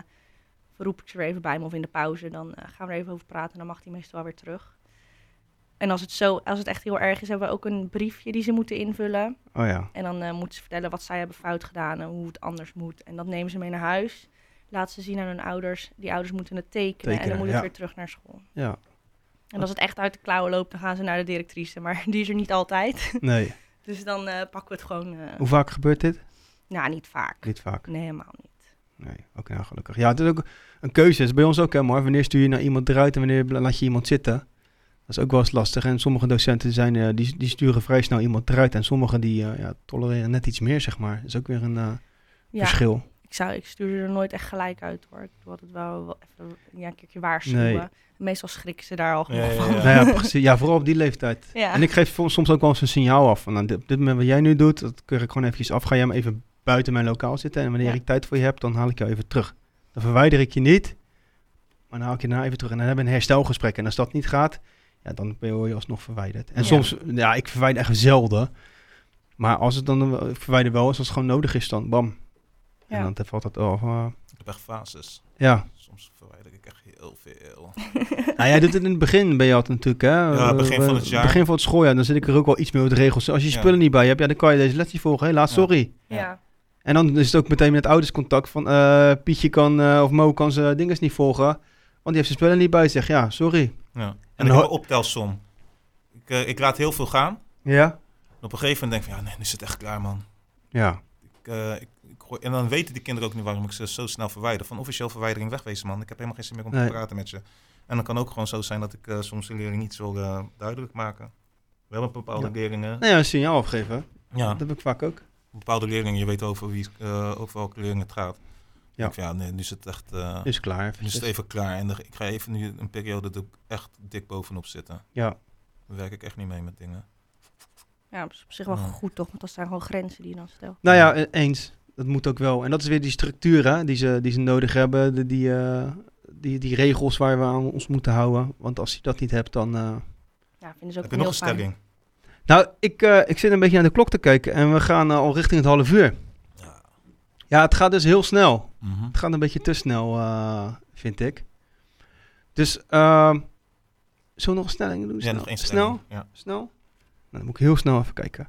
S3: roep ik ze er even bij me of in de pauze. Dan eh, gaan we er even over praten. En dan mag die meestal wel weer terug. En als het, zo, als het echt heel erg is, hebben we ook een briefje die ze moeten invullen.
S1: Oh ja.
S3: En dan eh, moeten ze vertellen wat zij hebben fout gedaan en hoe het anders moet. En dat nemen ze mee naar huis. Laten ze zien aan hun ouders. Die ouders moeten het tekenen. en
S1: Tekenen,
S3: dan moet
S1: ja.
S3: het weer terug naar school.
S1: Ja.
S3: En als het echt uit de klauwen loopt, dan gaan ze naar de directrice. Maar die is er niet altijd.
S1: Nee.
S3: Dus dan eh, pakken we het gewoon. eh,
S1: Hoe vaak gebeurt dit?
S3: nou, niet vaak.
S1: Niet vaak.
S3: Nee, helemaal niet.
S1: Nee, ook nou gelukkig. Ja, het is ook een keuze. Het is bij ons ook, hè, maar wanneer stuur je nou iemand eruit en wanneer bla- laat je iemand zitten? Dat is ook wel eens lastig. En sommige docenten zijn, eh, die, die sturen vrij snel iemand eruit. En sommigen die eh, ja, tolereren net iets meer, zeg maar. Dat is ook weer een eh,
S3: Ja,
S1: verschil.
S3: ik, zou, ik stuur ze er nooit echt gelijk uit hoor. Ik doe altijd wel, wel even ja, een keertje waarschuwen.
S1: Nee.
S3: Meestal schrikken ze daar al
S2: Ja,
S3: genoeg
S2: ja,
S3: van.
S2: ja.
S1: Nou ja, precies. Ja, vooral op die leeftijd.
S3: Ja.
S1: En ik geef soms soms ook wel eens een signaal af. Van, nou, dit, dit moment wat jij nu doet, dat keur ik gewoon eventjes af. Ga jij maar even buiten mijn lokaal zitten. En wanneer
S3: Ja.
S1: ik tijd voor je heb, dan haal ik jou even terug. Dan verwijder ik je niet, maar dan haal ik je daarna even terug. En dan hebben we een herstelgesprek. En als dat niet gaat, ja, dan ben je- word je alsnog verwijderd. En
S3: Ja.
S1: soms, ja, ik verwijder echt zelden. Maar als het dan, wel- ik verwijder wel eens, als het gewoon nodig is, dan bam.
S3: Ja.
S1: En dan valt dat al.
S2: Ik heb echt fases.
S1: ja.
S2: Soms verwijder ik echt heel veel.
S1: Nou, jij doet het in het begin, ben je altijd natuurlijk, hè?
S2: Ja, begin
S1: Eh,
S2: van het jaar.
S1: Begin van het schooljaar, dan zit ik er ook wel iets meer met de regels. Als je je
S2: Ja.
S1: spullen niet bij je hebt, ja, dan kan je deze les niet volgen. Helaas,
S2: Ja.
S1: sorry.
S3: Ja.
S2: Ja.
S1: En dan is het ook meteen met ouderscontact van eh, Pietje kan eh, of Mo kan zijn dinges niet volgen, want die heeft zijn spullen niet bij zich. Ja, sorry.
S2: Ja. En,
S1: En
S2: ik
S1: ho-
S2: heb een optelsom. Ik, eh, ik laat heel veel gaan.
S1: Ja?
S2: En op een gegeven moment denk ik van, ja, nee, nu is het echt klaar, man.
S1: Ja.
S2: Ik, eh, ik, ik gooi- en dan weten die kinderen ook niet waarom ik ze zo snel verwijder. Van officieel verwijdering wegwezen, man. Ik heb helemaal geen zin meer om
S1: Nee.
S2: te praten met je. En dan kan ook gewoon zo zijn dat ik eh, soms de leerling niet zo eh, duidelijk maken. Wel een bepaalde
S1: Ja.
S2: leerlingen.
S1: Nou ja, een signaal afgeven.
S2: Ja,
S1: Dat heb ik vaak ook.
S2: bepaalde leerlingen. Je weet over wie, eh over welke leerling het gaat.
S1: Ja.
S2: Ja. Ik, van, ja, nee, nu is het echt. eh,
S1: Dus klaar.
S2: nu is
S1: eventjes.
S2: het even klaar. En dan- ik ga even nu een periode dat ik echt dik bovenop zitten.
S1: Ja.
S2: Daar werk ik echt niet mee met dingen.
S3: Ja, dat is op zich wel
S2: Ja.
S3: goed toch? Want dat zijn gewoon grenzen die je dan stelt.
S1: Nou ja, e- eens. Dat moet ook wel. En dat is weer die structuur hè, die, ze, die ze nodig hebben. De, die, eh, die, die regels waar we aan ons moeten houden. Want als je dat niet hebt, dan... eh,
S3: Ja, vinden ze ook
S2: heb je nog een
S3: heel fijn.
S2: stelling?
S1: Nou, ik, eh, ik zit een beetje naar de klok te kijken en we gaan eh, al richting het half uur.
S2: Ja.
S1: Ja, het gaat dus heel snel.
S2: Mhm.
S1: Het gaat een beetje te snel, eh, vind ik. Dus, ehm zullen we nog een stelling doen?
S2: Ja,
S1: Snel?
S2: nog één stelling.
S1: Snel?
S2: Ja.
S1: Snel? Nou, dan moet ik heel snel even kijken.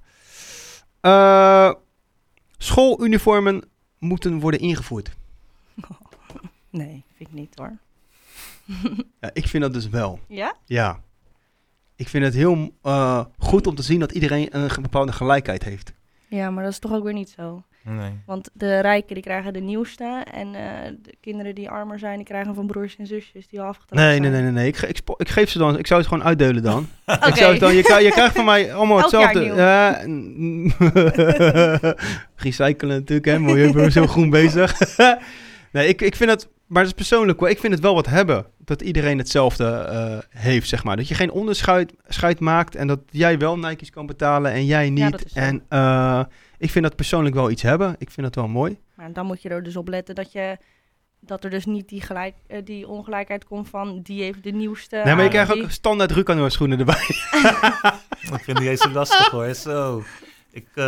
S1: Eh, schooluniformen moeten worden ingevoerd.
S3: Nee, vind ik niet hoor.
S1: Ja, ik vind dat dus wel.
S3: Ja?
S1: Ja. Ik vind het heel eh, goed om te zien dat iedereen een ge- bepaalde gelijkheid heeft.
S3: Ja, maar dat is toch ook weer niet zo.
S2: Nee.
S3: Want de rijken die krijgen de nieuwste. En eh, de kinderen die armer zijn, die krijgen van broers en zusjes die al afgetrapt
S1: Nee,
S3: zijn.
S1: nee, nee, nee, nee. Ik, ge- ik, spo- ik geef ze dan. Ik zou het gewoon uitdelen dan.
S3: Oké.
S1: Ik zou het dan je, krijg- je krijgt van mij allemaal
S3: Elk jaar
S1: hetzelfde.
S3: nieuw.
S1: Ja, n- recyclen natuurlijk, hè. Milieubewust heel groen bezig. nee, ik, ik vind het... Maar dat is persoonlijk hoor. Ik vind het wel wat hebben. Dat iedereen hetzelfde eh, heeft, zeg maar. Dat je geen onderscheid scheid maakt. En dat jij wel Nike's kan betalen en jij niet.
S3: dat is zo.
S1: en eh, ik vind dat persoonlijk wel iets hebben. Ik vind dat wel mooi.
S3: Maar dan moet je er dus op letten dat, je, dat er dus niet die, gelijk, eh, die ongelijkheid komt van die heeft de nieuwste.
S1: nee, maar je
S3: aan
S1: krijgt
S3: die-
S1: ook standaard Rucano schoenen erbij.
S2: Ik vind die eens lastig hoor. Zo. Ik, eh,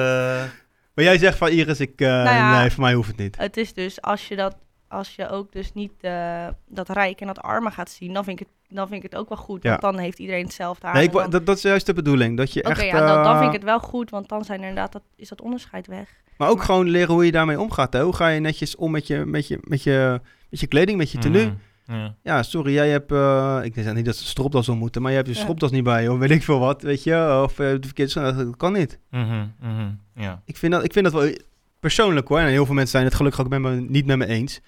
S1: maar jij zegt van Iris, ik, eh,
S3: Nou ja.
S1: nee, voor mij hoeft het niet.
S3: Het is dus als je dat als je ook dus niet eh, dat rijk en dat arme gaat zien, dan vind ik het, dan vind ik het ook wel goed.
S1: Ja.
S3: Want dan heeft iedereen hetzelfde aan.
S1: Nee, ik,
S3: en
S1: wa-
S3: dan-
S1: dat, dat is juist de bedoeling. Dat je
S3: Oké,
S1: echt...
S3: ja, dan, dan vind ik
S1: eh,
S3: het wel goed, want dan zijn er inderdaad dat, is dat onderscheid weg.
S1: Maar ook gewoon leren hoe je daarmee omgaat. Hè? Hoe ga je netjes om met je, met je, met je, met je kleding, met je tenue?
S2: mm, ja.
S1: Mhm. Ja, sorry, jij hebt... eh, ik zeg niet dat ze een stropdas om moeten, maar je hebt je
S3: Ja.
S1: stropdas niet bij. Of weet ik veel wat, weet je. Of eh, de verkeerde schoen, dat kan niet.
S2: Mhm, mhm, ja.
S1: Ik vind dat, ik vind dat wel persoonlijk hoor. En heel veel mensen zijn het gelukkig ook met me, niet met me eens.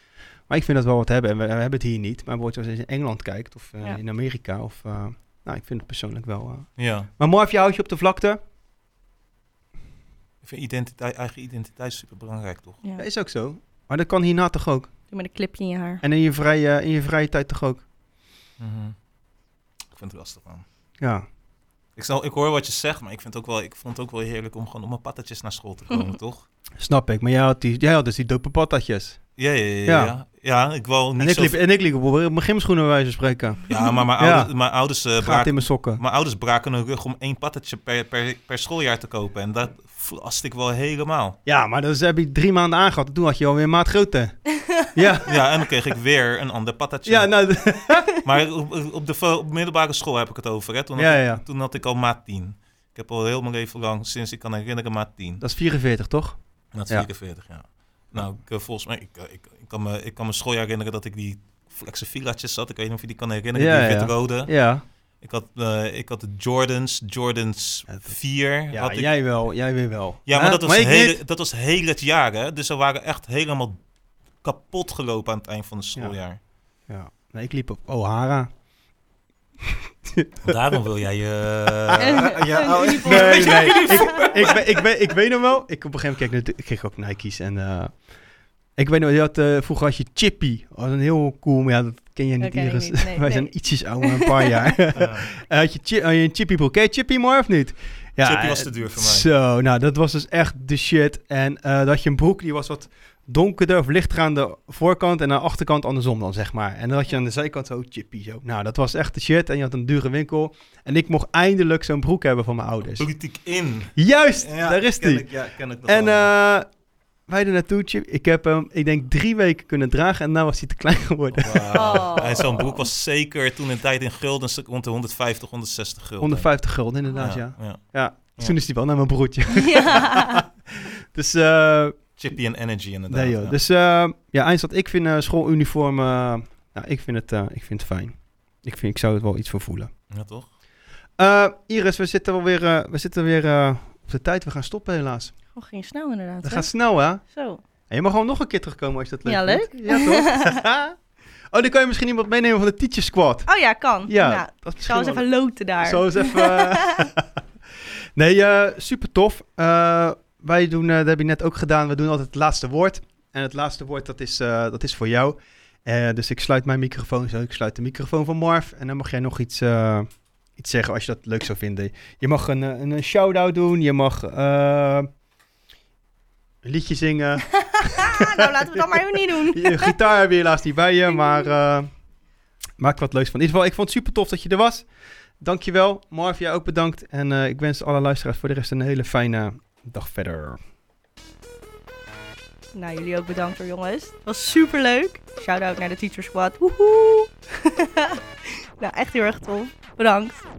S1: Maar ik vind dat wel wat hebben. En we, we hebben het hier niet. Maar bijvoorbeeld als je in Engeland kijkt of eh,
S3: Ja.
S1: in Amerika. Of, eh, nou, ik vind het persoonlijk wel... eh.
S2: ja.
S1: Maar Marv, je houdt je op de vlakte?
S2: Ik vind identiteit, eigen identiteit super belangrijk, toch?
S3: Ja.
S1: Ja, is ook zo. Maar dat kan hierna toch ook?
S3: Doe met een clipje in je haar.
S1: En in je vrije, in je vrije tijd toch ook?
S2: Mhm. Ik vind het lastig, man.
S1: Ja.
S2: Ik, snap, ik hoor wat je zegt, maar ik, vind ook wel, ik vond het ook wel heerlijk om gewoon op mijn patatjes naar school te komen, toch?
S1: Snap ik, maar jij had, die, jij had dus die dope patatjes.
S2: Ja, ja, ja.
S1: Ja.
S2: Ja, ja. ik wou
S1: En
S2: niet
S1: ik,
S2: zo...
S1: liep, en ik liep op mijn gymschoenen bij wijze van spreken.
S2: Ja, maar mijn
S1: Ja.
S2: ouders, Mijn, ouders, eh,
S1: Gaat
S2: braken,
S1: in mijn sokken.
S2: mijn ouders braken hun rug om één patatje per, per, per schooljaar te kopen. En dat vlast ik wel helemaal.
S1: Ja, maar dat heb je drie maanden aangehad. en Toen had je alweer maatgrootte. ja.
S2: Ja, en dan kreeg ik weer een ander patatje.
S1: ja, nou, d-
S2: Maar op, op de vo- op middelbare school heb ik het over, hè? Toen, had
S1: ja,
S2: ik,
S1: ja,
S2: toen had ik al maat 10. Ik heb al heel mijn leven lang, sinds ik kan herinneren, maat 10.
S1: dat is 44, toch?
S2: Maat
S1: Ja.
S2: 44, ja. Nou, ik, eh, volgens mij, ik, eh, ik, ik, kan me, ik kan me schooljaar herinneren dat ik die flexe filatjes zat. Ik weet niet of je die kan herinneren,
S1: Ja,
S2: die
S1: ja.
S2: wit-rode.
S1: Ja,
S2: Ik, had, eh, ik had de Jordans, Jordans
S1: Ja, dat-
S2: 4.
S1: ja
S2: had ik.
S1: jij wel, jij weer wel.
S2: Ja, maar
S1: Hè?
S2: dat was,
S1: ik
S2: hele-
S1: niet.
S2: dat was heel het jaar, hè? Dus ze waren echt helemaal kapot gelopen aan het eind van het schooljaar.
S1: Ja. Nee, ik liep op O'Hara.
S2: Daarom wil jij eh, je...
S3: ja, oh, uniform.
S1: Nee, nee. ik, ik, weet- ik, weet- ik weet nog wel. Ik op een gegeven moment keek, ik kreeg ook Nike's. En eh, ik weet nog, je had, eh, vroeger had je Chippy. Oh, een heel cool, maar ja, dat ken jij
S3: Dat
S1: niet,
S3: ken ik
S1: Iris.
S3: niet, nee,
S1: Wij
S3: nee.
S1: zijn ietsjes ouder, een paar jaar. Eh, had je chi- had je een Chippy broek. Ken je Chippy mooi of niet?
S2: Chippy was te duur voor mij.
S1: Zo, nou, dat was dus echt de shit. En eh, dat je een broek, die was wat donkerder of lichter aan de voorkant en aan de achterkant andersom dan, zeg maar. En dan had je aan de zijkant zo Chippy, zo. Nou, dat was echt de shit. En je had een dure winkel. En ik mocht eindelijk zo'n broek hebben van mijn ouders.
S2: Politiek in.
S1: Juist,
S2: Ja,
S1: daar is
S2: ken
S1: die.
S2: ik- Ja, ken ik nog
S1: En
S2: wel.
S1: eh, wij er naartoe, Chip. Ik heb hem, ik denk, drie weken kunnen dragen en nu was hij te klein geworden.
S2: Wauw.
S3: Oh.
S2: En zo'n broek was zeker toen in tijd in gulden stuk rond de 150, 160 gulden.
S1: 150 gulden, inderdaad, ja.
S2: ja. Ah, Ja.
S1: Toen is hij wel naar mijn broertje.
S3: ja.
S1: Dus, eh,
S2: Chippy en Energy inderdaad.
S1: nee joh.
S2: ja.
S1: Dus, eh, ja, Eindstad, ik vind eh, schooluniform, eh, nou, ik vind het, eh, ik vind het fijn. Ik, vind, ik zou het wel iets voor voelen.
S2: Ja, toch?
S1: Eh, Iris, we zitten alweer, eh, we zitten weer eh, op de tijd. We gaan stoppen helaas.
S3: Oh, ging snel inderdaad.
S1: Dat
S3: hè?
S1: gaat snel, hè?
S3: Zo.
S1: En je mag gewoon nog een keer terugkomen als je dat leuk
S3: Ja,
S1: vindt. Ja, toch? oh, dan kan je misschien iemand meenemen van de Teacher Squad.
S3: Oh ja, kan.
S1: Ja,
S3: Nou,
S1: dat is
S3: ik zal eens
S1: misschien
S3: even loten daar.
S1: wel- Zo eens even... eh, nee, eh, super tof. Eh, wij doen, eh, dat heb je net ook gedaan, we doen altijd het laatste woord. En het laatste woord, dat is, eh, dat is voor jou. Eh, dus ik sluit mijn microfoon zo, ik sluit de microfoon van Marv. En dan mag jij nog iets, eh, iets zeggen als je dat leuk zou vinden. Je mag een, eh, een, een shout-out doen, je mag eh, een liedje zingen.
S3: nou, laten we dat maar even niet doen.
S1: Je gitaar heb je helaas niet bij je, maar eh, maak er wat leuks van. In ieder geval, ik vond het super tof dat je er was. Dankjewel. Marv, jij ook bedankt. En eh, ik wens alle luisteraars voor de rest een hele fijne dag verder.
S3: Nou, jullie ook bedankt hoor, jongens. Het was super leuk. Shout-out naar de Teacher Squad. Woehoe. nou, echt heel erg tof. Bedankt.